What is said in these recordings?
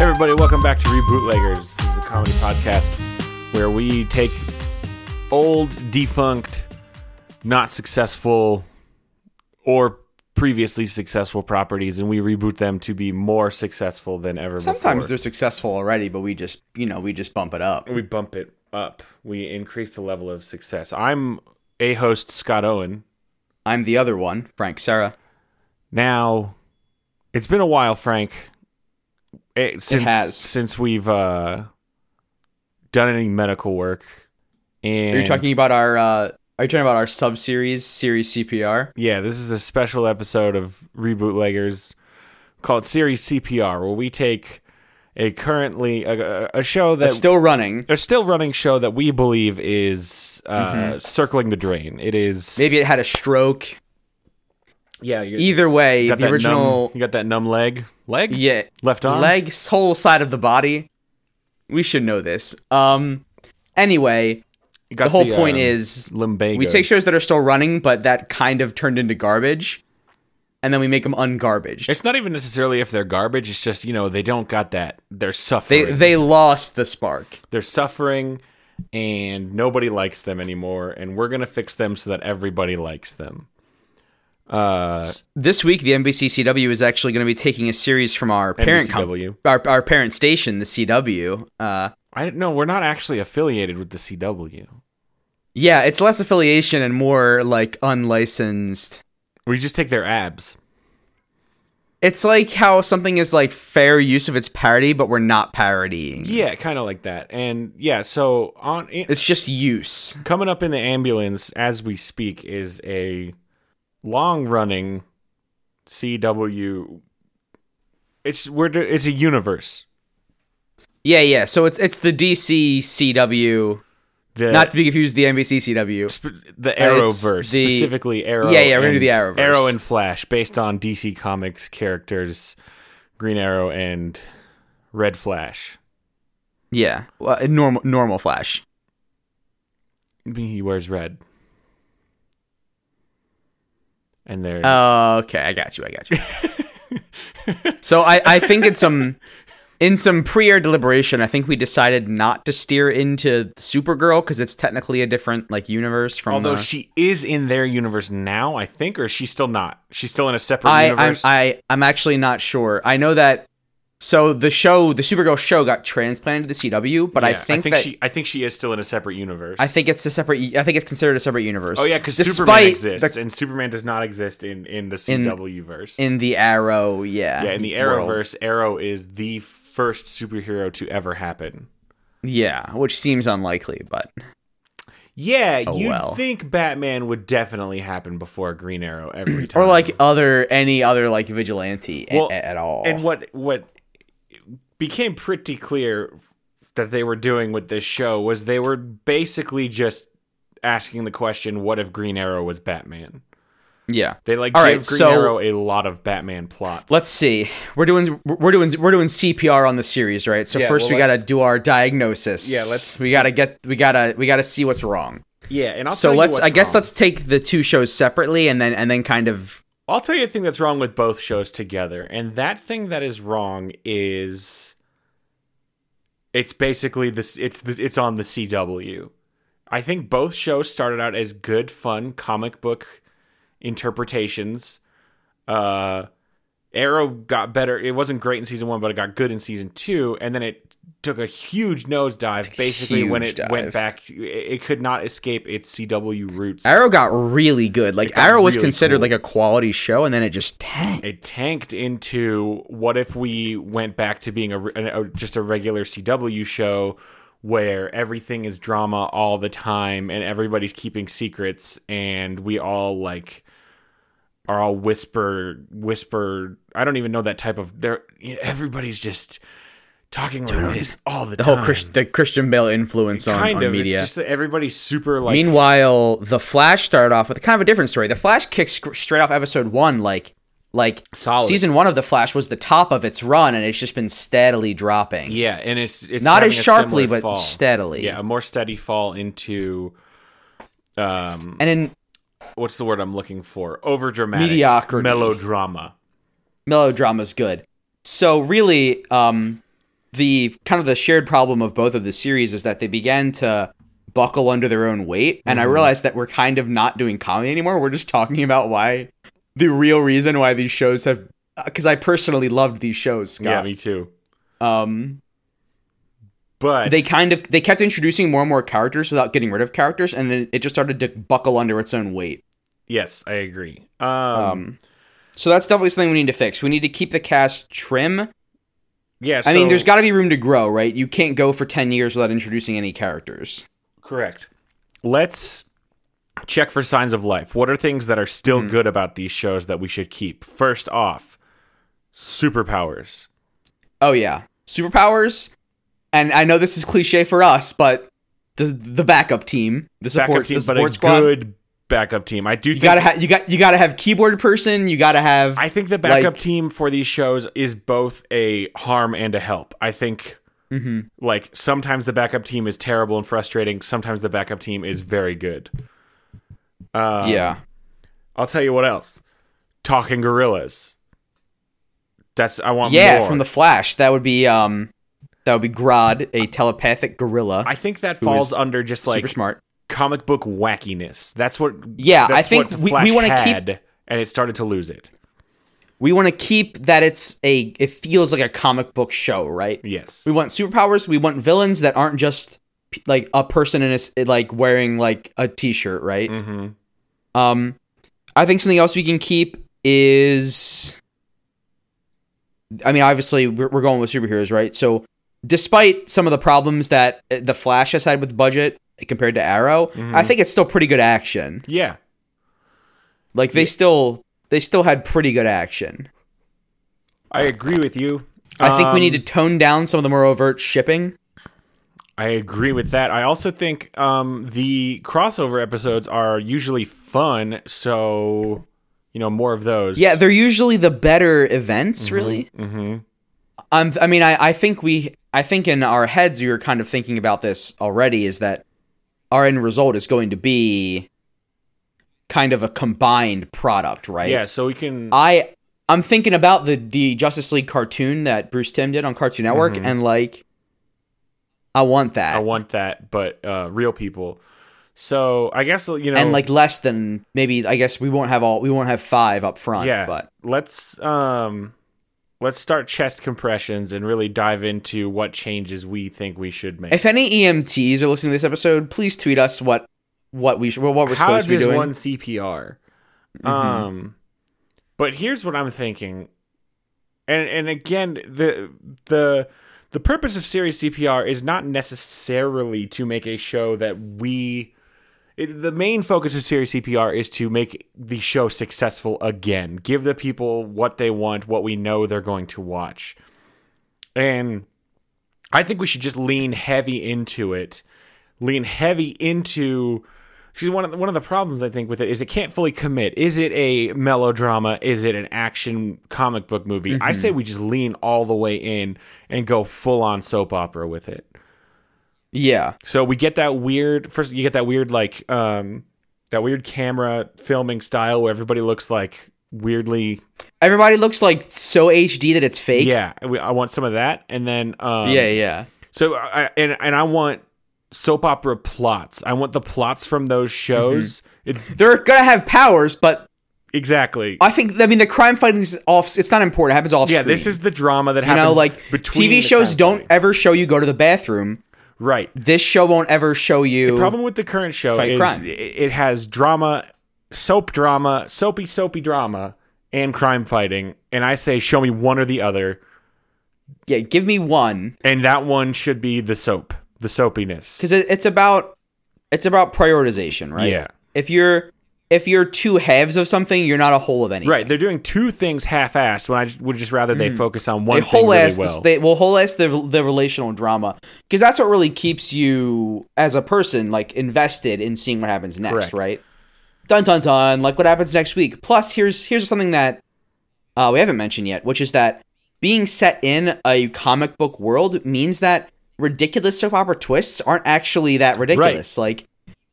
everybody. Welcome back to Rebootleggers. This is a comedy podcast where we take old, defunct, not successful, or previously successful properties and we reboot them to be more successful than ever Sometimes before. they're successful already, but we just, you know, we just bump it up. we bump it up. We increase the level of success. I'm a host, Scott Owen. I'm the other one, Frank Sarah. Now, it's been a while, Frank. It, since, has. since we've uh, done any medical work. And Are you talking about our? Uh, are you talking about our sub series, series CPR? Yeah, this is a special episode of Rebootleggers called Series CPR, where we take a currently a, a- a show that That's still running. a still running show that we believe is uh, Mm-hmm. circling the drain. It is Maybe it had a stroke. yeah. You Either way, got the that original, numb, you got that numb leg, leg, yeah, left arm, leg, whole side of the body. We should know this. Um. Anyway, You got the whole point um, is lumbago. we take shows that are still running, but that kind of turned into garbage, and then we make them ungarbaged. It's not even necessarily if they're garbage. It's just you know they don't got that. They're they suffering. they lost the spark. they're suffering, and nobody likes them anymore. And we're gonna fix them so that everybody likes them. Uh, This week, the NBCCW is actually going to be taking a series from our parent com- NBCW. our, our parent station, the CW. Uh, I don't know. We're not actually affiliated with the CW. yeah, it's less affiliation and more like unlicensed. We just take their abs. It's like how something is like fair use of its parody, but we're not parodying. Yeah, kind of like that. And yeah, so on It's just use. coming up in the ambulance as we speak is a long running CW. It's we're do- it's a universe. Yeah, yeah. So it's it's the DC CW, The, not to be confused with the NBCCW. sp- the Arrowverse, the- specifically Arrow. Yeah, yeah, we're gonna do and- the Arrowverse. Arrow and Flash, based on DC Comics characters, Green Arrow and Red Flash. Yeah, well, normal normal Flash. He wears red. And there, Oh, okay, I got you. I got you. so I, I think in some in some pre-air deliberation, I think we decided not to steer into Supergirl because it's technically a different like universe from. uh, although the- she is in their universe now, I think, or she's still not. She's still in a separate I I'm, universe. I I'm actually not sure. I know that. So the show, the Supergirl show, got transplanted to the CW, but I Yeah, think, I think that she, I think she is still in a separate universe. I think it's a separate. I think it's considered a separate universe. Oh yeah, because Superman despite exists, the- and Superman does not exist in in the In- CW verse. in the Arrow, yeah, yeah, in the world. Arrowverse, Arrow is the first superhero to ever happen. yeah, which seems unlikely, but Yeah, Oh, you'd well. think Batman would definitely happen before Green Arrow every time, or like other any other like vigilante a- Well, a- at all. And what what became pretty clear that they were doing with this show was they were basically just asking the question, "What if Green Arrow was Batman?" yeah. They like All give right, Green so- Arrow a lot of Batman plots. Let's see. We're doing we're doing we're doing CPR on the series, right? So Yeah, first well, we got to let's- do our diagnosis. Yeah, let's- We got to get we got to we got to see what's wrong. yeah, and I'll so tell you let's what's I guess wrong. let's take the two shows separately and then and then kind of I'll tell you a thing that's wrong with both shows together, and that thing that is wrong is it's basically this. It's the, it's on the CW. I think both shows started out as good, fun comic book interpretations. Uh, Arrow got better. It wasn't great in season one, but it got good in season two, and then it took a huge nosedive. Basically, when huge it went dive. back, it, it could not escape its CW roots. Arrow got really good. Like got Arrow was really considered cool. like a quality show and then it just tanked. it tanked into what if we went back to being a, re- an- a- just a regular CW show where everything is drama all the time and everybody's keeping secrets and we all like are all whisper whisper I don't even know that type of there everybody's just talking like this all the, The time whole Chris, the Christian Bale influence on, kind on of media. it's just that everybody's super like Meanwhile, the Flash started off with kind of a different story. The Flash kicks sc- straight off episode one, like like Solid. season one of the Flash was the top of its run, and it's just been steadily dropping. yeah and it's it's Not having as a similar sharply, but fall. steadily. yeah a more steady fall into um And in what's the word I'm looking for? Overdramatic, Mediocrity. melodrama. melodrama's good. So really, um, the kind of the shared problem of both of the series is that they began to buckle under their own weight and Mm-hmm. i realized that we're kind of not doing comedy anymore we're just talking about why the real reason why these shows have because i personally loved these shows Yeah, Scott. me too. um But they kind of they kept introducing more and more characters without getting rid of characters and then it just started to buckle under its own weight yes, I agree. Um, um so that's definitely something we need to fix we need to keep the cast trim yeah, i mean so- there's got to be room to grow right you can't go for 10 years without introducing any characters Correct. Let's check for signs of life. What are things that are still Mm-hmm. good about these shows that we should keep? First off, superpowers. oh yeah superpowers and i know this is cliche for us but the, the backup team the Backup support team, the but a support squad good backup team. I do you think gotta have you got you gotta have keyboard person you gotta have I think the backup like- team for these shows is both a harm and a help. I think Mhm. like sometimes the backup team is terrible and frustrating, sometimes the backup team is very good. Uh, yeah I'll tell you what else. Talking gorillas. That's I want yeah more. from the flash that would be um that would be grod a telepathic gorilla I think that who is falls under just like super smart comic book wackiness. That's what. Yeah, that's I think what we- we Flash wanna keep- had, and it started to lose it. we want to keep that it's a it feels like a comic book show right Yes, we want superpowers we want villains that aren't just p- like a person in a s- like wearing like a t-shirt right mm-hmm. Um, I think something else we can keep is, I mean, obviously we're, we're going with superheroes, right? So, despite some of the problems that uh, the Flash has had with budget compared to Arrow, Mm-hmm. I think it's still pretty good action. yeah, Like they still they still had pretty good action. I agree with you. I think Um, we need to tone down some of the more overt shipping. I agree with that. I also think um, the crossover episodes are usually fun, so you know more of those. Yeah, they're usually the better events, really. Mm-hmm. Um, I mean, I, I think we, I think in our heads, we were kind of thinking about this already. Is that our end result is going to be kind of a combined product, right? Yeah, so we can. I, I'm thinking about the the Justice League cartoon that Bruce Tim did on Cartoon Network, Mhm. and like, I want that, I want that, but uh, real people. So I guess you know, and like less than maybe. I guess we won't have all. We won't have five up front. Yeah. but let's um let's start chest compressions and really dive into what changes we think we should make. if any EMTs are listening to this episode, please tweet us what what we should, what we're How supposed to be does doing. Mm-hmm. one CPR? Um but here's what I'm thinking. And and again, the the the purpose of series CPR is not necessarily to make a show that we it, the main focus of series CPR is to make the show successful again. Give the people what they want, what we know they're going to watch. And I think we should just lean heavy into it. Lean heavy into because one of the, one of the problems I think with it is it can't fully commit. Is it a melodrama? Is it an action comic book movie? I Mm-hmm. say we just lean all the way in and go full on soap opera with it. yeah. So we get that weird first you get that weird like um that weird camera filming style where everybody looks like weirdly Everybody looks like so HD that it's fake. yeah we, I want some of that and then um yeah, yeah. So I, and and I want soap opera plots. I want the plots from those Mm-hmm. shows. It- They're gonna have powers, but exactly. I think I mean the crime fighting is off. It's not important. It happens off. yeah, this is the drama that you happens. know like between TV the shows crime don't fighting. ever show you go to the bathroom. right. This show won't ever show you. Problem with the current show Fight is crime. i- it has drama, soap drama, soapy soapy drama, and crime fighting. And I say, show me one or the other, yeah, give me one and that one should be the soap, the soapiness. because it, it's about it's about prioritization, right? Yeah. If you're if you're two halves of something, you're not a whole of anything. Right, they're doing two things half-assed when I j- would just rather they focus on one Hmm. They thing whole really ass well. they will whole ass the the relational drama because that's what really keeps you as a person like invested in seeing what happens next, Correct. right? Dun dun dun! Like what happens next week. Plus, here's here's something that uh, we haven't mentioned yet, which is that being set in a comic book world means that ridiculous soap opera twists aren't actually that ridiculous. Like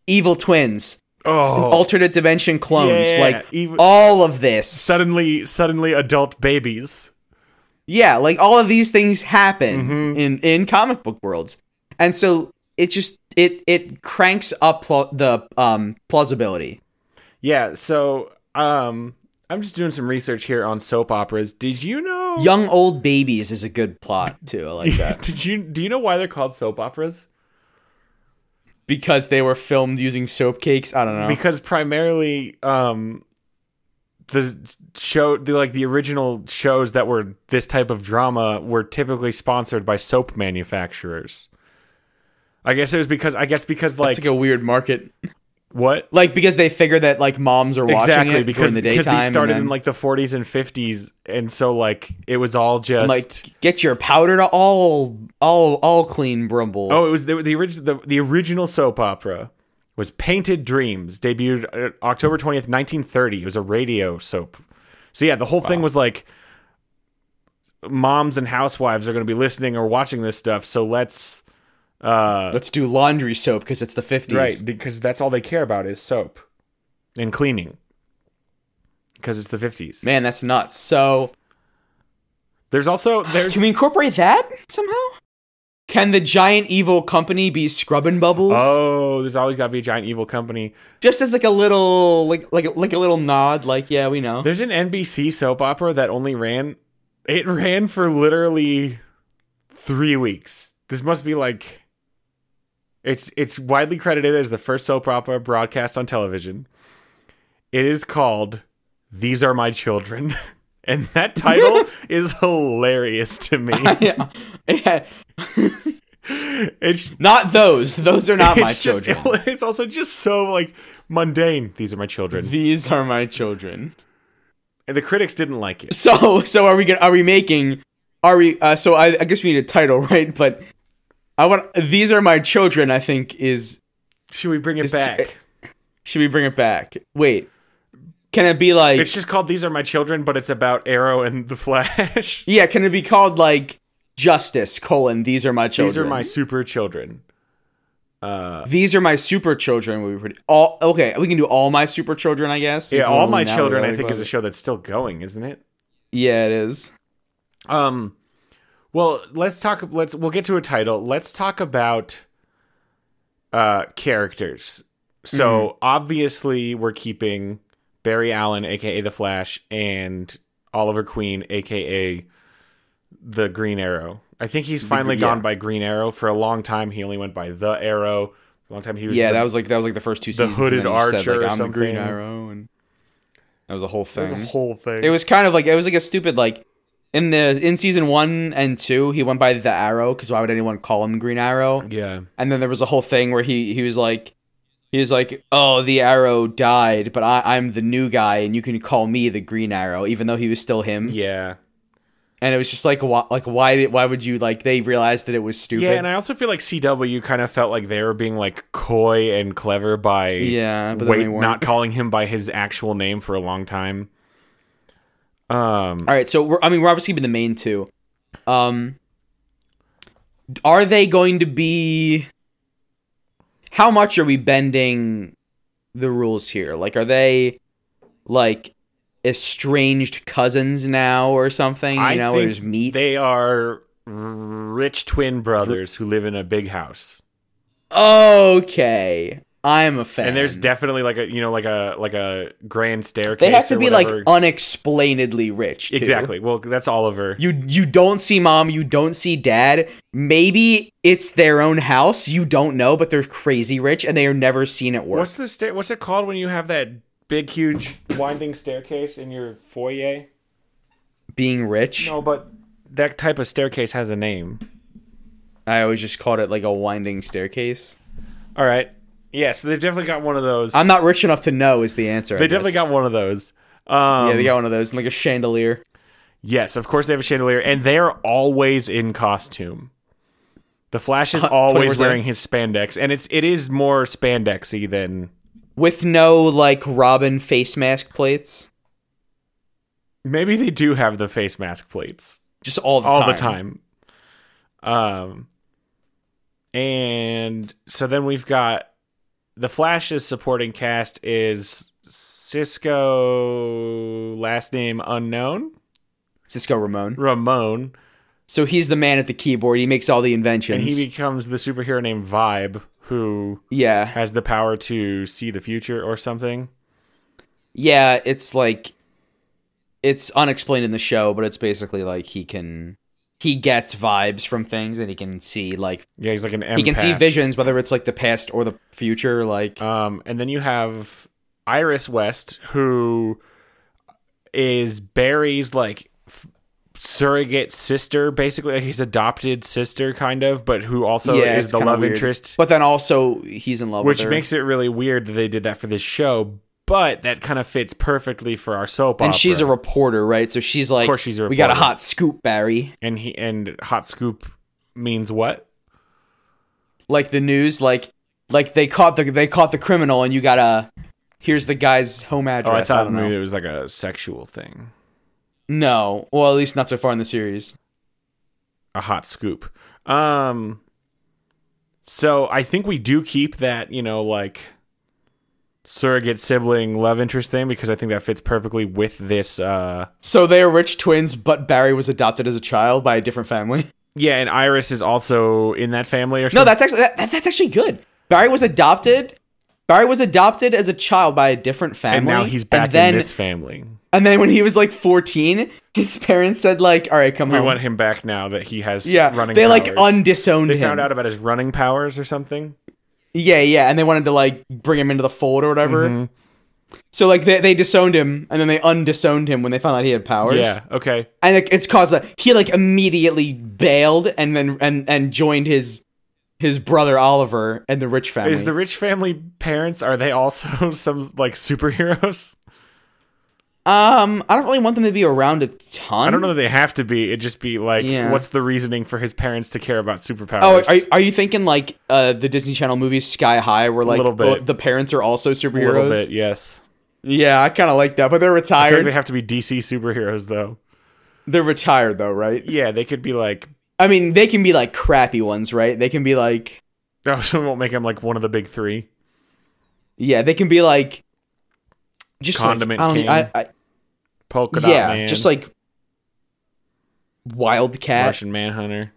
evil twins, oh, alternate dimension clones, Yeah, like even- all of this. suddenly suddenly adult babies Yeah, like all of these things happen Mm-hmm. in in comic book worlds, and so it just it it cranks up pl- the um plausibility. Yeah, so um I'm just doing some research here on soap operas. Did you know Young old babies is a good plot too. I like that Did you do you know why they're called soap operas? because they were filmed using soap cakes. I don't know. Because primarily um the show the like the original shows that were this type of drama were typically sponsored by soap manufacturers. I guess it was because I guess because like it's like a weird market. what Like because they figure that like moms are watching exactly it because during the because daytime. these started and in then- like the 40s and 50s and so like it was all just like get your powder to all all all clean brumble. Oh, it was the, the original the, the original soap opera was Painted Dreams, debuted uh, October 20th, 1930. It was a radio soap. So yeah, the whole thing was like moms and housewives are going to be listening or watching this stuff, so let's uh Let's do laundry soap because it's the fifties. right because that's all they care about is soap and cleaning. Because it's the 50s. Man, that's nuts. So There's also there's can we incorporate that somehow? Can the giant evil company be scrubbing bubbles? Oh, there's always got to be a giant evil company. Just as like a little like like like a little nod, like yeah, we know. There's an NBC soap opera that only ran. It ran for literally three weeks. This must be like. It's it's widely credited as the first soap opera broadcast on television. It is called "These Are My Children," and that title is hilarious to me. yeah. Yeah. It's Not those. Those are not my it's just- children. it's also just so like mundane. These are my children. These are my children. And the critics didn't like it. So so are we gonna are we making are we uh, so I, I guess we need a title, right? But I want these are my children, I think is Should we bring it too- back? should we bring it back? Wait. Can it be like It's just called These Are My Children, but it's about Arrow and the Flash. Yeah, can it be called like Justice, colon, these are my children. These are my super children. Uh, These are my super children would be pretty all okay, we can do all my super children, I guess. yeah, if All we're My now Children, I really think, is a close. show that's still going, isn't it? Yeah, it is. Um, well, let's talk. Let's we'll get to a title. Let's talk about uh characters. So obviously, we're keeping Barry Allen, aka the Flash, and Oliver Queen, aka the Green Arrow. I think he's finally yeah. gone by Green Arrow. For a long time, he only went by the Arrow. For a long time, he was Yeah, the- that was like that was like the first two seasons. and Hooded then you said, Archer or like, I'm the Green something. Arrow and that was a whole that was thing. a whole thing. It was kind of like it was like a stupid like in the in season one and two he went by the Arrow because why would anyone call him Green Arrow? yeah. And then there was a whole thing where he he was like he was like oh the Arrow died but I I'm the new guy and you can call me the Green Arrow even though he was still him. Yeah. And it was just like why like why did why would you like they realized that it was stupid. Yeah, and I also feel like CW kind of felt like they were being like coy and clever by Yeah, but then wait they weren't. not calling him by his actual name for a long time. Um, All right, so we're, I mean, we're obviously keeping the main two. Um, are they going to be? How much are we bending the rules here? Like, are they like estranged cousins now or something? You I know, or think just meet? they are rich twin brothers who live in a big house, okay, I'm a fan. and there's definitely like a you know like a like a grand staircase. they have to or be like whatever. unexplainedly rich. too. exactly. Well, that's Oliver. You you don't see mom, you don't see dad. Maybe it's their own house, you don't know, but they're crazy rich and they are never seen at work. What's the sta- What's it called when you have that big huge winding staircase in your foyer? Being rich. No, but that type of staircase has a name. I always just called it like a winding staircase. All right. Yeah, so they've definitely got one of those. I'm not rich enough to know is the answer. they definitely got one of those. Um, Yeah, they got one of those and like a chandelier. yes, of course they have a chandelier, and they are always in costume. The Flash is always 24/7. wearing his spandex, and it's it is more spandexy than With no like Robin face mask plates. maybe they do have the face mask plates Just all the all the time. time. Um, and so then we've got the Flash's supporting cast is Cisco last name unknown. Cisco Ramon. Ramon, So he's the man at the keyboard. He makes all the inventions. and he becomes the superhero named Vibe, who yeah. has the power to see the future or something. Yeah, it's like it's unexplained in the show, but it's basically like he can he gets vibes from things and he can see like Yeah, he's like an empath. he can see visions whether it's like the past or the future like Um, and then you have Iris West, who is Barry's like f- surrogate sister, basically like his adopted sister, kind of, but who also yeah, is it's the kinda love weird. interest, But then also he's in love which with her. makes it really weird that they did that for this show. But that kind of fits perfectly for our soap and opera. she's a reporter, right? So she's like course she's a we got a reporter. hot scoop, Barry. and he and hot scoop means what? Like the news like like they caught the they caught the criminal and you got to here's the guy's home address. Oh, I thought don't know. maybe it was like a sexual thing, No. Well, at least not so far in the series. a hot scoop. Um, so I think we do keep that, you know, like surrogate sibling love interest thing because I think that fits perfectly with this. Uh, So they are rich twins, but Barry was adopted as a child by a different family. yeah, and Iris is also in that family or No, something. that's actually that, that's actually good. Barry was adopted. Barry was adopted as a child by a different family, and now he's back And then, in this family. and then when he was like fourteen, his parents said like, "All right, come We home." want him back now that he has Oh. yeah, running. they like powers. undisowned They him. found out about his running powers or something. Yeah, yeah, and they wanted to like bring him into the fold or whatever. Mhm. So like they, they disowned him, and then they undisowned him when they found out he had powers. Yeah. Okay. and it, it's caused a he like immediately bailed and then and and joined his his brother Oliver and the rich family. Is the rich family parents are they also some like superheroes? um, I don't really want them to be around a ton. I don't know that they have to be. It'd just be like, Mm-hmm. Yeah. what's the reasoning for his parents to care about superpowers? Oh, are, are you thinking like uh the Disney Channel movie Sky High, where like Little bit. the- the parents are also a superheroes? little bit, yes. Yeah, I kind of like that, but they're I think retired. they have to be DC superheroes though. They're retired though, right? Yeah, they could be like. I mean, they can be like crappy ones, right? They can be like Oh, so we won't make him like one of the big three. yeah, they can be like just like, Condiment I don't, e, King, I, I, Polka dot yeah, man, just like Wildcat. Russian Manhunter.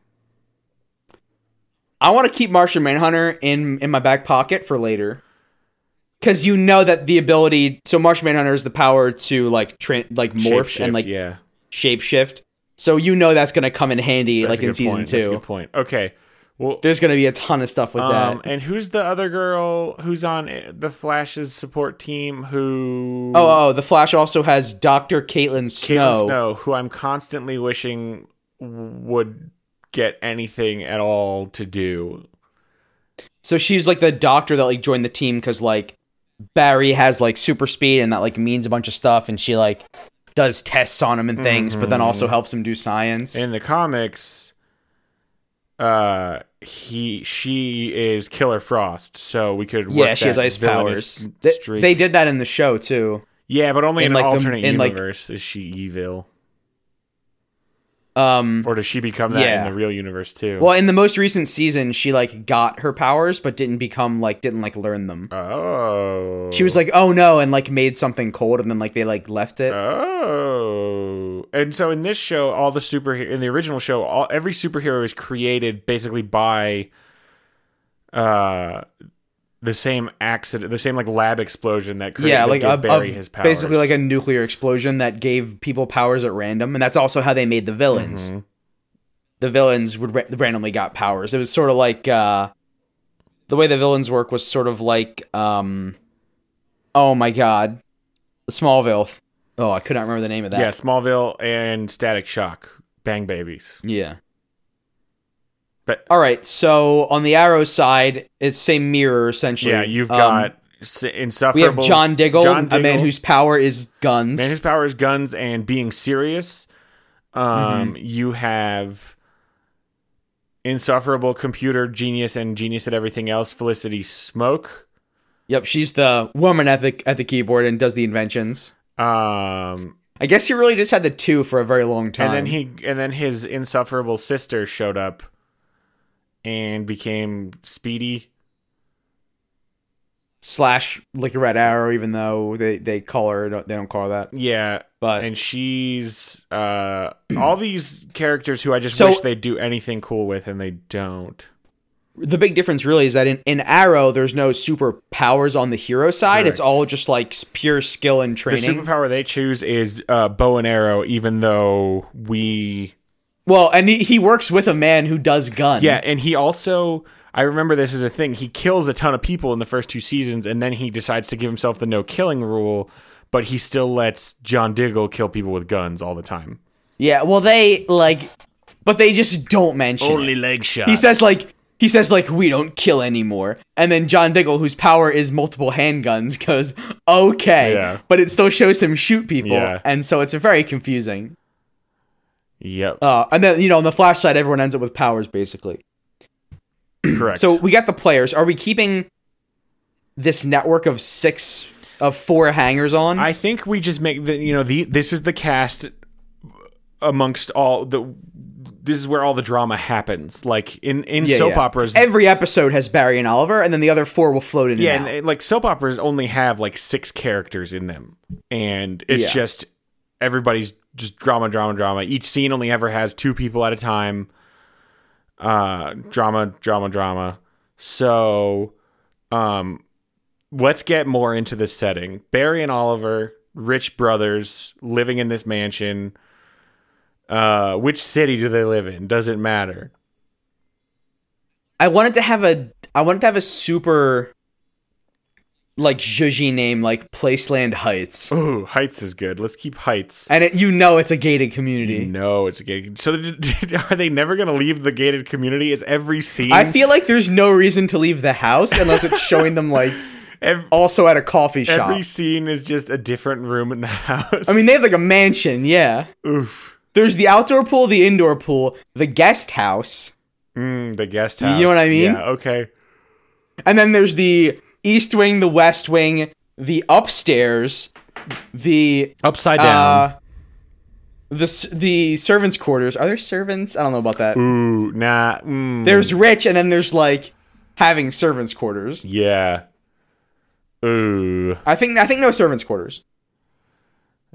I want to keep Martian Manhunter in in my back pocket for later, because you know that the ability. So Martian Manhunter is the power to like tra- like morph and Shapeshift, like yeah, shapeshift. So you know that's gonna come in handy That's like a in good season point. That's a two. good point. Okay, well, There's gonna be a ton of stuff with um, that. and who's the other girl who's on uh, the Flash's support team? Who? Oh, oh, the Flash also has Doctor Caitlin Caitlin Snow. Snow. who I'm constantly wishing would get anything at all to do. So she's like the doctor that like joined the team because like Barry has like super speed and that like means a bunch of stuff, and she like does tests on him and things, but then Mm-hmm. also helps him do science. In the comics, uh, he she is Killer Frost, so we could work Yeah, she has that ice villainous powers. They, streak. they did that in the show too. yeah, but only in in, like an the- alternate in like- universe is she evil, Um, or does she become that Yeah. in the real universe too? well, in the most recent season, she like got her powers, but didn't become like didn't like learn them. Oh, She was like, "Oh no!" and like made something cold, and then like they like left it. Oh, and so in this show, all the super in the original show, all every superhero is created basically by uh the same accident, the same like lab explosion that created yeah, like gave a, Barry a- his powers, basically like a nuclear explosion that gave people powers at random, and that's also how they made the villains. Mhm. The villains would ra- randomly got powers. It was sort of like uh, the way the villains work was sort of like, um, oh my god, Smallville. Oh, I could not remember the name of that. yeah, Smallville and Static Shock, Bang Babies. Yeah. But- all right, so on the Arrow side, it's same mirror essentially. Yeah, you've Um, got s we insufferable. have John Diggle, John a man Diggle. whose power is guns. Man, his power is guns and being serious. Mm-hmm. Um, you have insufferable computer genius and genius at everything else. Felicity Smoke. yep, she's the woman at the at the keyboard and does the inventions. Um, I guess he really just had the two for a very long time. and then he and then his insufferable sister showed up and became Speedy. slash like Red Arrow, even though they they call her they don't call her that. Yeah, But and she's uh all these characters who I just So- wish they'd do anything cool with, and they don't. the big difference really is that in, in Arrow, there's no superpowers on the hero side. It's Correct. all just like s- pure skill and The training. superpower they choose is uh, bow and arrow, even though we well, and he, he works with a man who does gun. yeah, and he also I remember this as a thing. He kills a ton of people in the first two seasons, and then he decides to give himself the no killing rule, but he still lets John Diggle kill people with guns all the time. yeah. Well, they like, but they just don't mention. it. leg shot. He says like he says like we don't kill anymore, and then John Diggle, whose power is multiple handguns, goes okay, Yeah. but it still shows him shoot people, Yeah. and so it's very confusing. "Yep, Uh, and then you know on the Flash side, everyone ends up with powers basically. correct." So we got the players. Are we keeping this network of six of four hangers on? I think we just make the you know the this is the cast amongst all the this is where all the drama happens like in in Yeah, soap yeah. operas Every episode has Barry and Oliver, and then the other four will float in. yeah and and, out. and, like soap operas only have like six characters in them and it's Yeah. just everybody's just drama drama drama each scene only ever has two people at a time uh drama drama drama so um let's get more into the setting barry and oliver rich brothers living in this mansion uh which city do they live in doesn't matter I wanted to have a I wanted to have a super like zhuzhy name like Placeland Heights. ooh heights is good let's keep heights And it, you know it's a gated community. No, it's gated. So are they never going to leave the gated community? Is every scene? I feel like there's no reason to leave the house unless it's showing them like ev- also at a coffee shop. every scene is just a different room in the house. I mean they have like a mansion, yeah. oof. There's the outdoor pool, the indoor pool, the guest house, Mm, the guest house. know what I mean? Yeah. Okay. and then there's the east wing, the west wing, the upstairs, the Upside uh the s- the servants quarters. Are there servants? I don't know about that. Ooh, nah. Mm, There's rich, and then there's like having servants' quarters. yeah. Ooh, I think I think no servants' quarters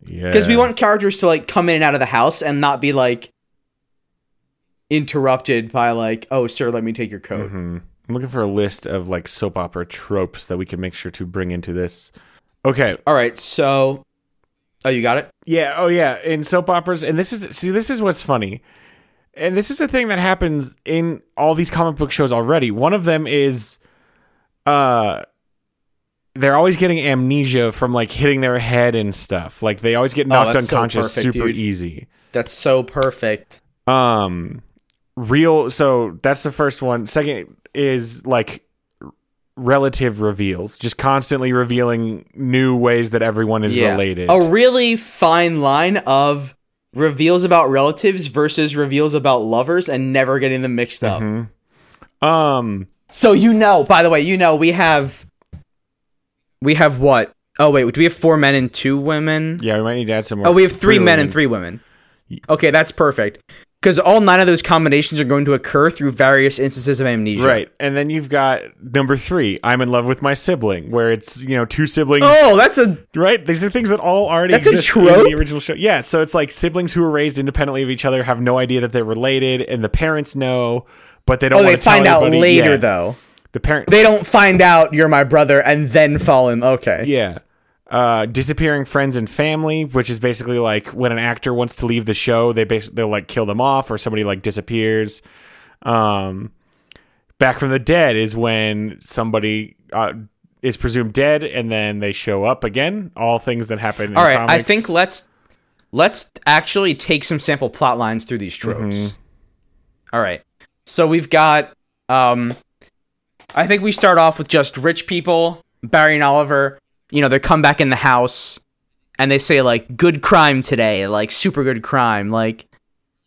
yeah. because we want characters to like come in and out of the house and not be like interrupted by like, oh sir, let me take your coat. Mhm. I'm looking for a list of like soap opera tropes that we can make sure to bring into this. Okay. All right, so oh, you got it. Yeah, oh yeah, in soap operas, and this is see, this is what's funny, and this is a thing that happens in all these comic book shows already. One of them is, uh, they're always getting amnesia from like hitting their head and stuff. Like they always get knocked Oh, that's so unconscious perfect, super dude. easy. That's so perfect. Um, real. So that's the first one. Second is like r- relative reveals, just constantly revealing new ways that everyone is related. A really fine line of reveals about relatives versus reveals about lovers and never getting them mixed up. um. So you know, by the way, you know we have we have what? Oh wait, do we have four men and two women? Yeah, we might need to add some more. Oh, we have three, men and women. three women. Okay, that's perfect. Because all nine of those combinations are going to occur through various instances of amnesia. Right. And then you've got number three, I'm in love with my sibling, where it's, you know, two siblings. Oh, that's a Right? These are things that all already That's a exist in trope? the original show. Yeah. So it's like siblings who were raised independently of each other have no idea that they're related, and the parents know, but they don't oh. want They to tell find out anybody. later Yeah. though. The parent. They don't find out you're my brother and then fall in. Okay. yeah. Uh, disappearing friends and family, which is basically like when an actor wants to leave the show, they basically they'll like kill them off, or somebody like disappears. Um, Back from the Dead is when somebody uh, is presumed dead and then they show up again. All things that happen. All in right. I comics. think let's let's actually take some sample plot lines through these tropes. Mm-hmm. All right. So we've got. Um, I think we start off with just rich people, Barry and Oliver. You know, they come back in the house, and they say like, "Good crime today, like super good crime, like."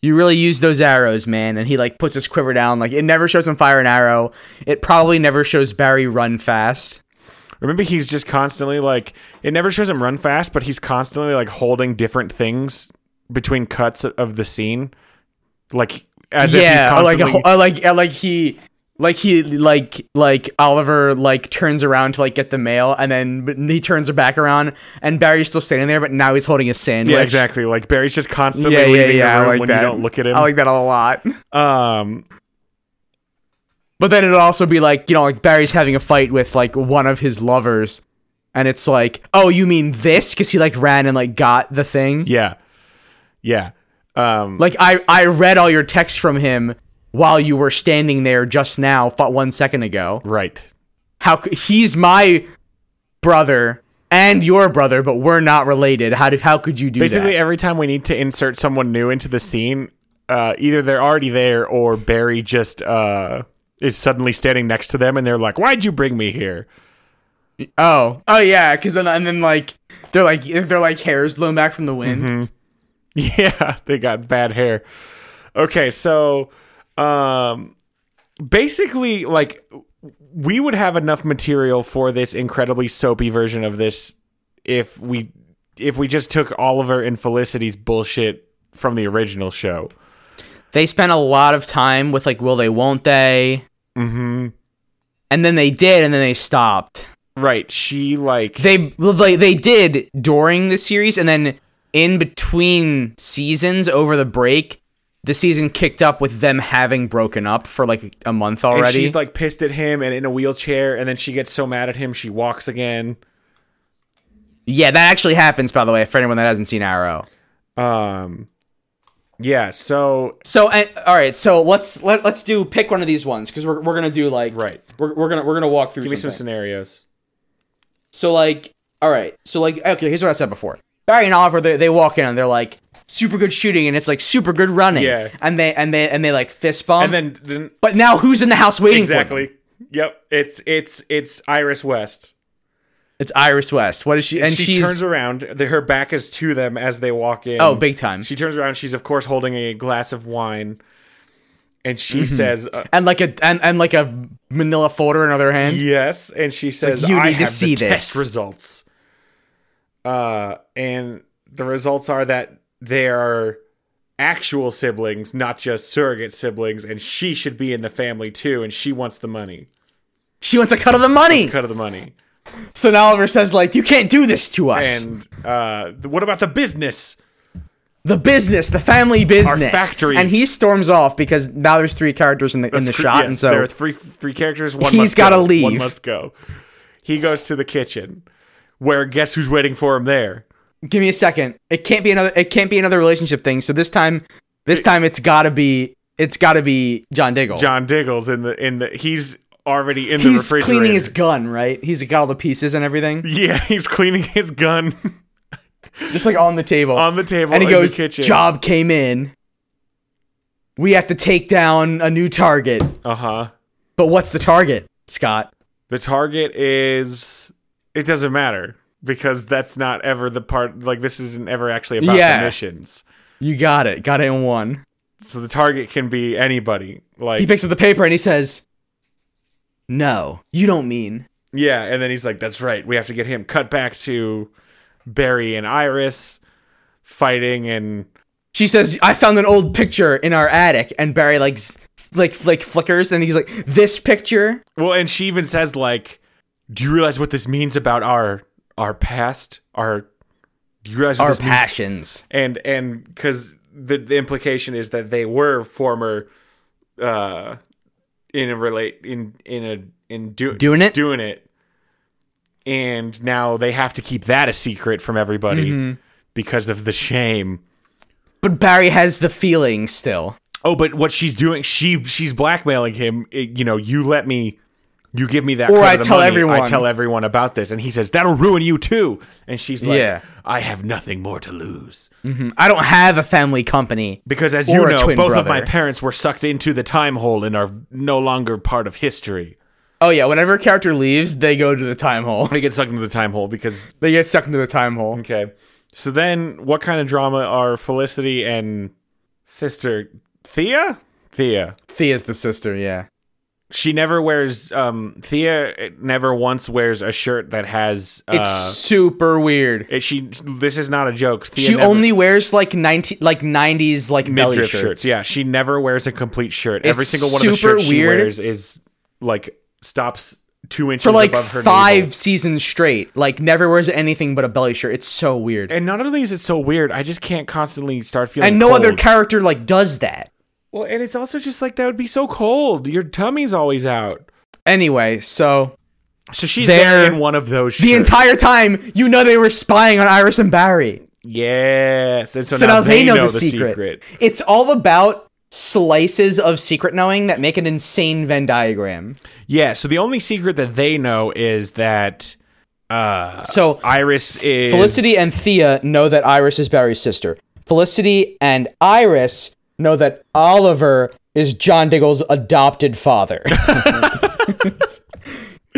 You really use those arrows, man. And he like puts his quiver down. Like it never shows him fire an arrow. It probably never shows Barry run fast. remember he's just constantly like it never shows him run fast, but he's constantly like holding different things between cuts of the scene, like as yeah, if or he's like a constantly whole- or uh, like or like he like he like like Oliver like turns around to like get the mail, and then but he turns her back around, and Barry's still standing there, but now he's holding a sandwich. Yeah, exactly. Like Barry's just constantly Yeah, yeah, leaving yeah. the I room like when that. you don't look at him. I like that a lot. um, But then it'd also be like, you know, like Barry's having a fight with like one of his lovers, and it's like, oh, you mean this? Because he like ran and like got the thing. yeah, yeah. Um, Like I I read all your texts from him while you were standing there just now, fu- one second ago. right. How c- he's my brother and your brother, but we're not related. How did how could you do Basically, that? every time we need to insert someone new into the scene, uh, either they're already there or Barry just uh, is suddenly standing next to them, and they're like, "Why'd you bring me here?" Oh oh yeah, because then and then like they're like they're like hairs blown back from the wind. Yeah, they got bad hair. Okay, so um basically like we would have enough material for this incredibly soapy version of this if we if we just took Oliver and Felicity's bullshit from the original show. They spent a lot of time with like will they won't they. Mhm. and then they did and then they stopped Right, she like they well, they, they did during the series and then in between seasons over the break the season kicked up with them having broken up for like a month and already she's like pissed at him and in a wheelchair and then she gets so mad at him she walks again. yeah that actually happens by the way for anyone that hasn't seen arrow Um yeah, so so and, all right so let's let, let's do pick one of these ones because we're, we're gonna do like Right. we're, we're gonna we're gonna walk through give me some something. scenarios. So like, all right. So like, okay. Here's what I said before. Barry and Oliver, they, they walk in and they're like super good shooting, and it's like super good running. Yeah. And they and they and they like fist bump. And then then but now who's in the house waiting for them? Exactly. Yep. It's it's it's Iris West. It's Iris West. What is she? And she she's turns around. the- Her back is to them as they walk in. oh, big time. She turns around. She's of course holding a glass of wine, and she Mm-hmm. says uh, and like a and, and like a Manila folder in her other hand. yes, and she says "You I need to have see the test this." results. Uh, and the results are that they are actual siblings, not just surrogate siblings, and she should be in the family too, and she wants the money, She wants a cut of the money. cut of the money. So now Oliver says like, you can't do this to us. And uh, what about the business? the business, the family business, factory. And he storms off because now there's three characters in the in the Scre- shot, yes, and so there are three three characters. One He's must gotta go, One leave. must go. He goes to the kitchen, where guess who's waiting for him there? give me a second. It can't be another. It can't be another relationship thing. So this time, this time it's gotta be. It's gotta be John Diggle. John Diggles in the in the he's already in the he's refrigerator. cleaning his gun, right? He's got all the pieces and everything, yeah, he's cleaning his gun just like on the table. on the table and he in goes, the kitchen. "Job came in. We have to take down a new target. Uh huh. But what's the target, Scott? The target is it doesn't matter because that's not ever the part. Like this isn't ever actually about Yeah. the missions. You got it. Got it in one. So the target can be anybody. Like He picks up the paper and he says." No, you don't mean. Yeah, and then he's like, "That's right. We have to get him." Cut back to Barry and Iris fighting, and She says, "I found an old picture in our attic," and Barry like, s- like, like flickers, and he's like, "This picture." well, and she even says, "Like, do you realize what this means about our our past? Our do you realize what this means?" passions. And and because the, the implication is that they were former, uh, in a relate in in a in do, Doing it? doing it, and now they have to keep that a secret from everybody Mm-hmm. because of the shame. But Barry has the feeling still. Oh, but what she's doing, she she's blackmailing him. It- you know, you let me, you give me that, Or cut I of the tell money, I everyone." tell everyone about this, and he says that'll ruin you too. And she's like, Yeah. I have nothing more to lose I don't have a family company. because, as Or you a know, both twin of my brother. parents were sucked into the time hole and are no longer part of history. Oh yeah, whenever a character leaves, they go to the time hole. They get sucked into the time hole because They get sucked into the time hole. okay. So then, what kind of drama are Felicity and sister Thea? Thea. Thea's the sister, yeah. she never wears um thea never once wears a shirt that has uh It's super weird. it, she this is not a joke thea She never- only wears like ninety, like nineties, like belly midriff shirts. shirts yeah she never wears a complete shirt every It's single one of the super shirts weird. she wears is like stops two inches for like above her five navel. seasons straight. Like never wears anything but a belly shirt. It's so weird. And, And not only is it so weird, I just can't constantly start feeling no other cold. character like does that. well, and it's also just like that would be so cold. Your tummy's always out. Anyway, so So she's They're- there in one of those. the shirts. entire time you know they were spying on Iris and Barry. yes. And so, So now, they, know, the, secret. It's all about slices of secret knowing that make an insane Venn diagram. Yeah. So the only secret that they know is that uh, So Iris is Felicity and Thea know that Iris is Barry's sister. Felicity and Iris know that Oliver is John Diggle's adopted father.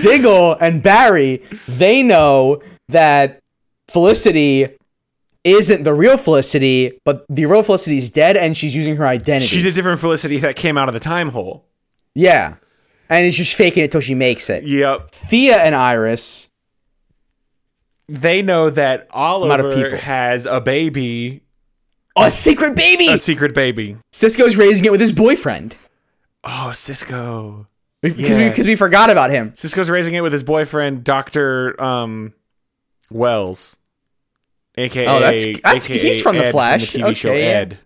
Diggle and Barry, they know that Felicity isn't the real Felicity, but the real Felicity is dead and she's using her identity. she's a different Felicity that came out of the time hole. yeah. And is just faking it till she makes it. Yep. Thea and Iris, They know that of Oliver people. has a baby, a secret baby! a secret baby. Cisco's raising it with his boyfriend. Oh, Cisco. because we, Yeah. because we forgot about him. Cisco's raising it with his boyfriend, Doctor um, Wells, aka Oh, that's- that's- AKA he's from The Ed Flash. the TV show Okay, yeah. Ed.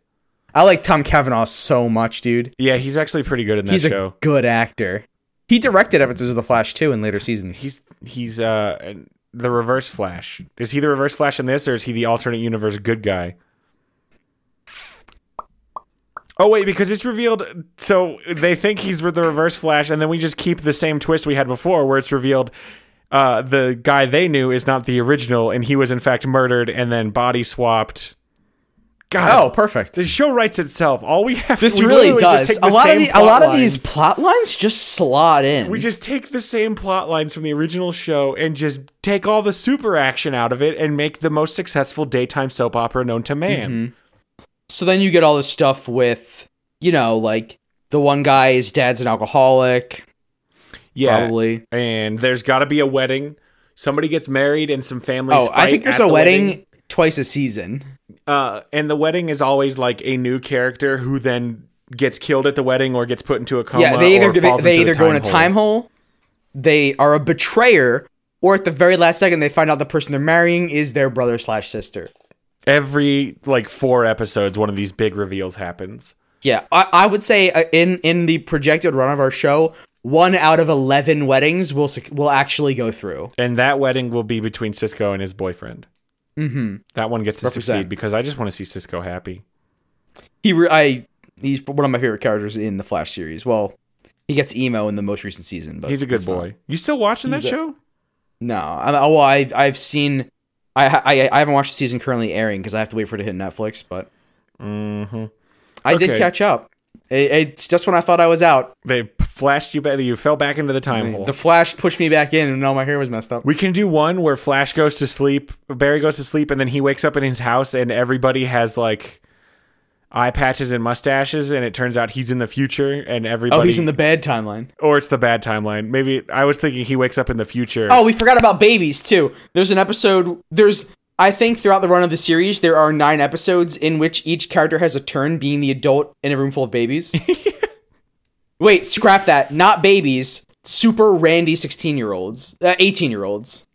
I like Tom Cavanaugh so much, dude. Yeah, he's actually pretty good in that He's a show. good actor. He directed episodes of The Flash too in later seasons. He's he's uh an- the Reverse Flash. Is he the Reverse Flash in this, or is he the alternate universe good guy? Oh wait, because it's revealed. So they think he's the Reverse Flash, and then we just keep the same twist we had before, where it's revealed uh, the guy they knew is not the original, and he was in fact murdered and then body swapped. God, oh, perfect. the show writes itself. All we have This we really literally just take does. A the lot of same the, a lot plot of these lines. plot lines just slot in. We just take the same plot lines from the original show and just take all the super action out of it and make the most successful daytime soap opera known to man. Mm-hmm. so then you get all this stuff with, you know, like the one guy his dad's an alcoholic, Yeah. probably. And there's got to be a wedding. Somebody gets married and some families. Oh, I fight think there's at a the wedding, twice a season. Uh, and the wedding is always like a new character who then gets killed at the wedding or gets put into a coma. yeah, they either or they, falls they into either go in a time hole, they are a betrayer, or at the very last second they find out the person they're marrying is their brother slash sister. Every like four episodes, one of these big reveals happens. Yeah, I, I would say uh, in in the projected run of our show, one out of eleven weddings will sec- will actually go through. And that wedding will be between Cisco and his boyfriend. Mm-hmm. That one gets to Represent. succeed because I just want to see Cisco happy. He re- I he's one of my favorite characters in the Flash series. Well, he gets emo in the most recent season, but He's a good that's not- boy. You still watching that He's a- show? No, I, I- well, I've I've seen. I, I, I haven't watched the season currently airing because I have to wait for it to hit Netflix, but Mm-hmm. I Okay. did catch up. It, it's just when I thought I was out. They p- flashed you back. You fell back into the time hole. The Flash pushed me back in, and all my hair was messed up. we can do one where Flash goes to sleep, Barry goes to sleep, and then he wakes up in his house, and everybody has like eye patches and mustaches, and it turns out he's in the future, and everybody. Oh, he's in the bad timeline. Or it's the bad timeline. Maybe I was thinking he wakes up in the future. Oh, we forgot about babies too. There's an episode. There's I think throughout the run of the series there are nine episodes in which each character has a turn being the adult in a room full of babies. Wait, scrap that. Not babies. Super randy sixteen year olds, uh, eighteen year olds,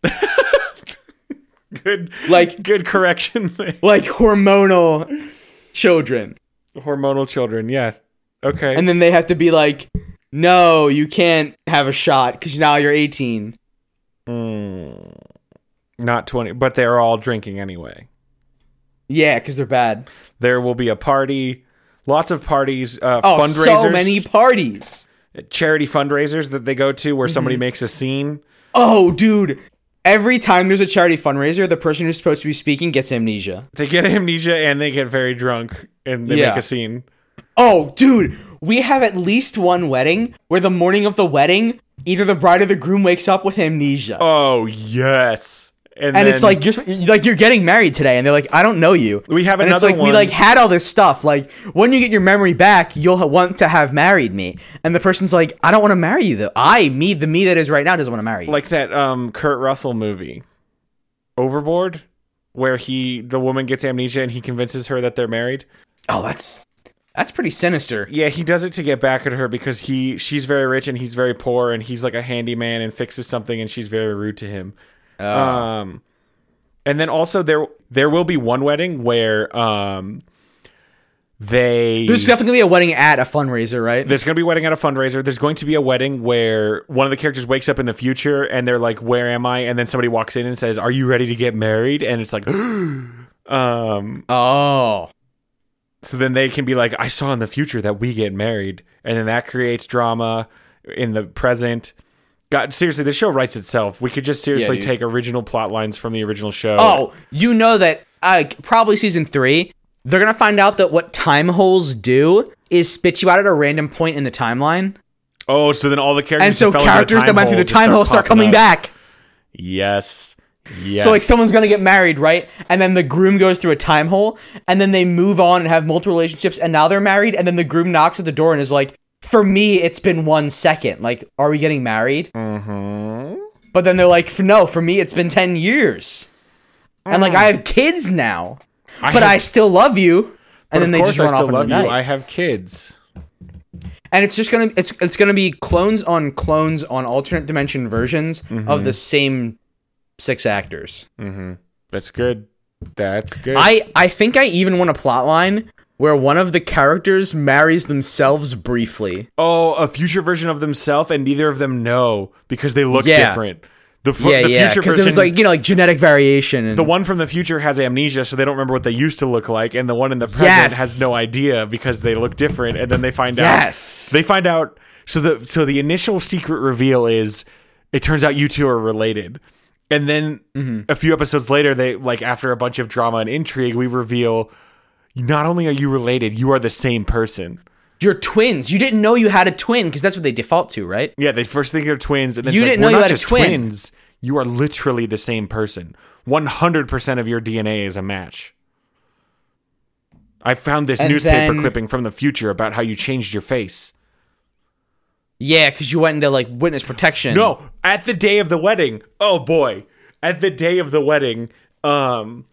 good. like- good correction. There. like hormonal children. hormonal children. Yeah. Okay. and then they have to be like, "No, you can't have a shot because now you're 18." Not 20, but they're all drinking anyway. Yeah, because they're bad. There will be a party, lots of parties, uh, Oh, fundraisers, so many parties. charity fundraisers that they go to Mm-hmm. where somebody makes a scene. Oh, dude. Every time there's a charity fundraiser, the person who's supposed to be speaking gets amnesia. They get amnesia and they get very drunk and they Yeah. make a scene. Oh, dude, we have at least one wedding where the morning of the wedding, either the bride or the groom wakes up with amnesia. Oh, yes. And, then and it's like you're like you're getting married today and they're like I don't know you. We have and it's another like one. we like had all this stuff like when you get your memory back you'll ha- want to have married me. And the person's like I don't want to marry you though. I me the me that is right now doesn't want to marry you. like that um Kurt Russell movie, Overboard, where he the woman gets amnesia and he convinces her that they're married. oh that's That's pretty sinister. Yeah, he does it to get back at her because he she's very rich and he's very poor and he's like a handyman and fixes something and she's very rude to him. Um and then also there there will be one wedding where um they There's definitely gonna be a wedding at a fundraiser, right? there's going to be a wedding at a fundraiser. There's going to be a wedding where one of the characters wakes up in the future and they're like, "Where am I?" And then somebody walks in and says, "Are you ready to get married?" And it's like, um, oh, so then they can be like, "I saw in the future that we get married," and then that creates drama in the present. God, seriously, the show writes itself. We could just seriously dude. take original plot lines from the original show. oh, you know that uh, probably season three. They're gonna find out that what time holes do is spit you out at a random point in the timeline, oh, so then all the characters and so that fell into the characters that time went through the hole just time hole start popping coming up. back. Yes, yes. So like someone's gonna get married, right? And then the groom goes through a time hole, and then they move on and have multiple relationships, and now they're married, and then the groom knocks at the door and is like, "For me, it's been one second. Like, are we getting married?" Mhm. But then they're like, "F- "No, for me, it's been ten years, and like I have kids now, but have- I still love you." And then of they course just run I still off love into the you. night. I have kids. and it's just gonna it's it's gonna be clones on clones on alternate dimension versions Mm-hmm. of the same six actors. That's good. That's good. I I think I even want a plot line where one of the characters marries themselves briefly. oh, a future version of themselves, and neither of them know because they look Yeah. different. The, fu- Yeah, the yeah, future because version, it was like you know like genetic variation. And, the one from the future has amnesia, so they don't remember what they used to look like, and the one in the present Yes. has no idea because they look different, and then they find Yes. out. They find out. So the so the initial secret reveal is it turns out you two are related. And then Mm-hmm. a few episodes later, they like after a bunch of drama and intrigue, we reveal not only are you related, you are the same person. You're twins. You didn't know you had a twin because that's what they default to, right? Yeah, they first think they're twins, and then You it's like, didn't we're know you not had a just twin. twins. You are literally the same person. One hundred percent of your DNA is a match. I found this And newspaper then- clipping from the future about how you changed your face. Yeah, because you went into like witness protection. No, at the day of the wedding. Oh boy, at the day of the wedding, um,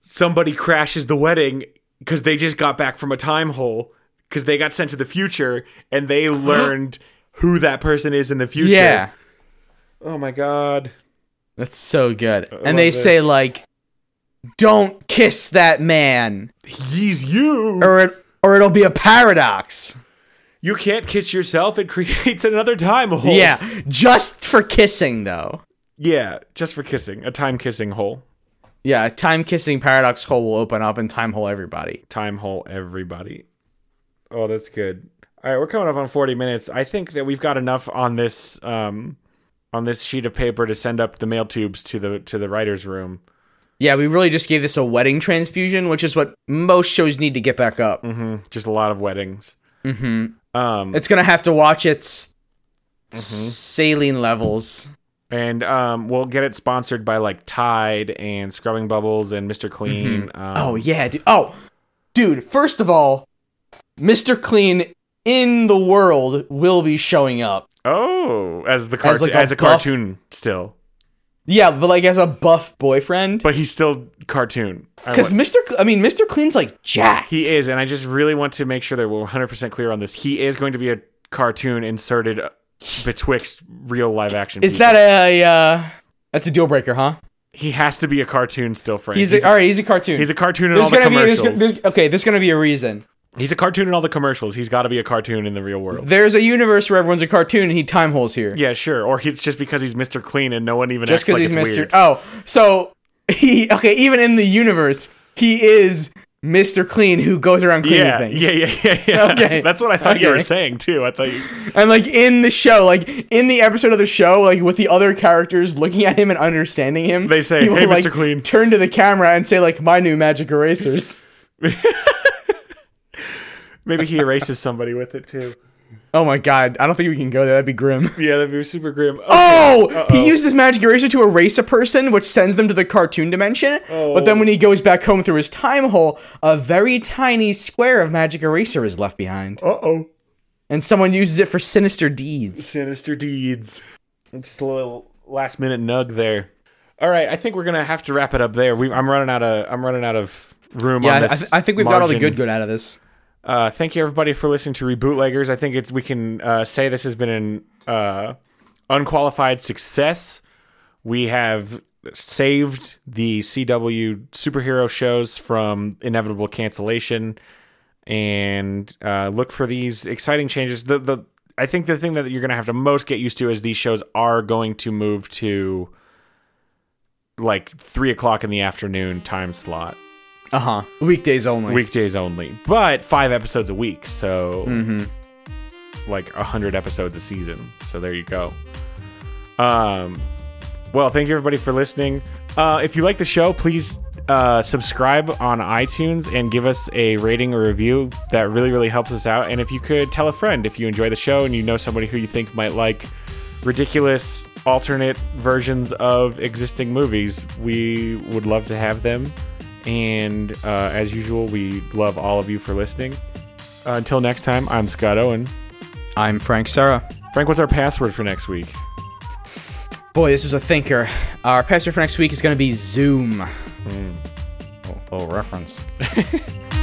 somebody crashes the wedding because they just got back from a time hole because they got sent to the future and they learned who that person is in the future. Yeah, Oh my god. that's so good. love and they say this. like, "Don't kiss that man, He's you. or it, or it'll be a paradox." you can't kiss yourself. It creates another time Oh. hole. Yeah, just for kissing though. Yeah. Just for kissing. A time kissing hole. Yeah, time kissing paradox hole will open up and time hole everybody. Time hole, everybody. Oh, that's good. All right. We're coming up on 40 minutes. I think that we've got enough on this, um, on this sheet of paper to send up the mail tubes to the to the writers' room. Yeah, we really just gave this a wedding transfusion, which is what most shows need to get back up. hmm Just a lot of weddings. Mm-hmm. Um, It's gonna have to watch its saline levels. and um, we'll get it sponsored by like Tide and Scrubbing Bubbles and Mister Clean. Um, Oh yeah, dude. Oh, dude. First of all, Mister Clean in the world will be showing up. Oh, as the cart- as, like, a a buff- cartoon still, Yeah, but like as a buff boyfriend, but he's still cartoon. I because want- Mister. I mean, Mister Clean's like Jack. he is, and I just really want to make sure that we're 100 percent clear on this. He is going to be a cartoon inserted uh, betwixt real live action. Is that a? Uh, that's a deal breaker, huh? he has to be a cartoon still, Frank? He's, a, all right. He's a cartoon. he's a cartoon in there's all the gonna be commercials. there's, gonna- there's, okay. There's gonna be a reason. he's a cartoon in all the commercials. He's got to be a cartoon in the real world. There's a universe where everyone's a cartoon and he time holes here. Yeah, sure. Or it's just because he's Mister Clean and no one even just acts because like he's it's Mr. weird. Oh, so he okay? Even in the universe, he is Mr. Clean who goes around cleaning yeah, things. yeah, yeah, yeah, yeah. Okay. That's what I thought you were Okay. saying too. I thought you, And like in the show, like in the episode of the show, like with the other characters looking at him and understanding him, They say, he will, "Hey, Mr. like, Clean." turn to the camera and say like, "My new magic erasers." maybe he erases somebody with it too. Oh my god, I don't think we can go there. That'd be grim. Yeah, that'd be super grim. Oh, he uses magic eraser to erase a person, which sends them to the cartoon dimension. But then when he goes back home through his time hole, a very tiny square of magic eraser is left behind, Uh oh. and someone uses it for sinister deeds. Sinister deeds. Just a little last minute nug there. All right, I think we're gonna have to wrap it up there. We, I'm running out of I'm running out of room on Yeah, I, this. I think we've got all the margin. good good out of this. Uh, thank you everybody for listening to Rebootleggers. I think it's we can uh, say this has been an uh, unqualified success. We have saved the CW superhero shows from inevitable cancellation, and uh, look for these exciting changes. The the I think the thing that you're going to have to most get used to is these shows are going to move to like three o'clock in the afternoon time slot Uh huh. Weekdays only. weekdays only, but five episodes a week, so like a hundred episodes a season. So there you go. Um, well, thank you everybody for listening. Uh, if you like the show, please uh, subscribe on iTunes and give us a rating or review. That really, really helps us out. And if you could tell a friend if you enjoy the show and you know somebody who you think might like ridiculous alternate versions of existing movies, we would love to have them. And uh, as usual, we love all of you for listening. Uh, until next time, I'm Scott Owen. I'm Frank Sarah. Frank, what's our password for next week? Boy, this was a thinker. Our pastor for next week is going to be Zoom. Oh, little Hmm. reference.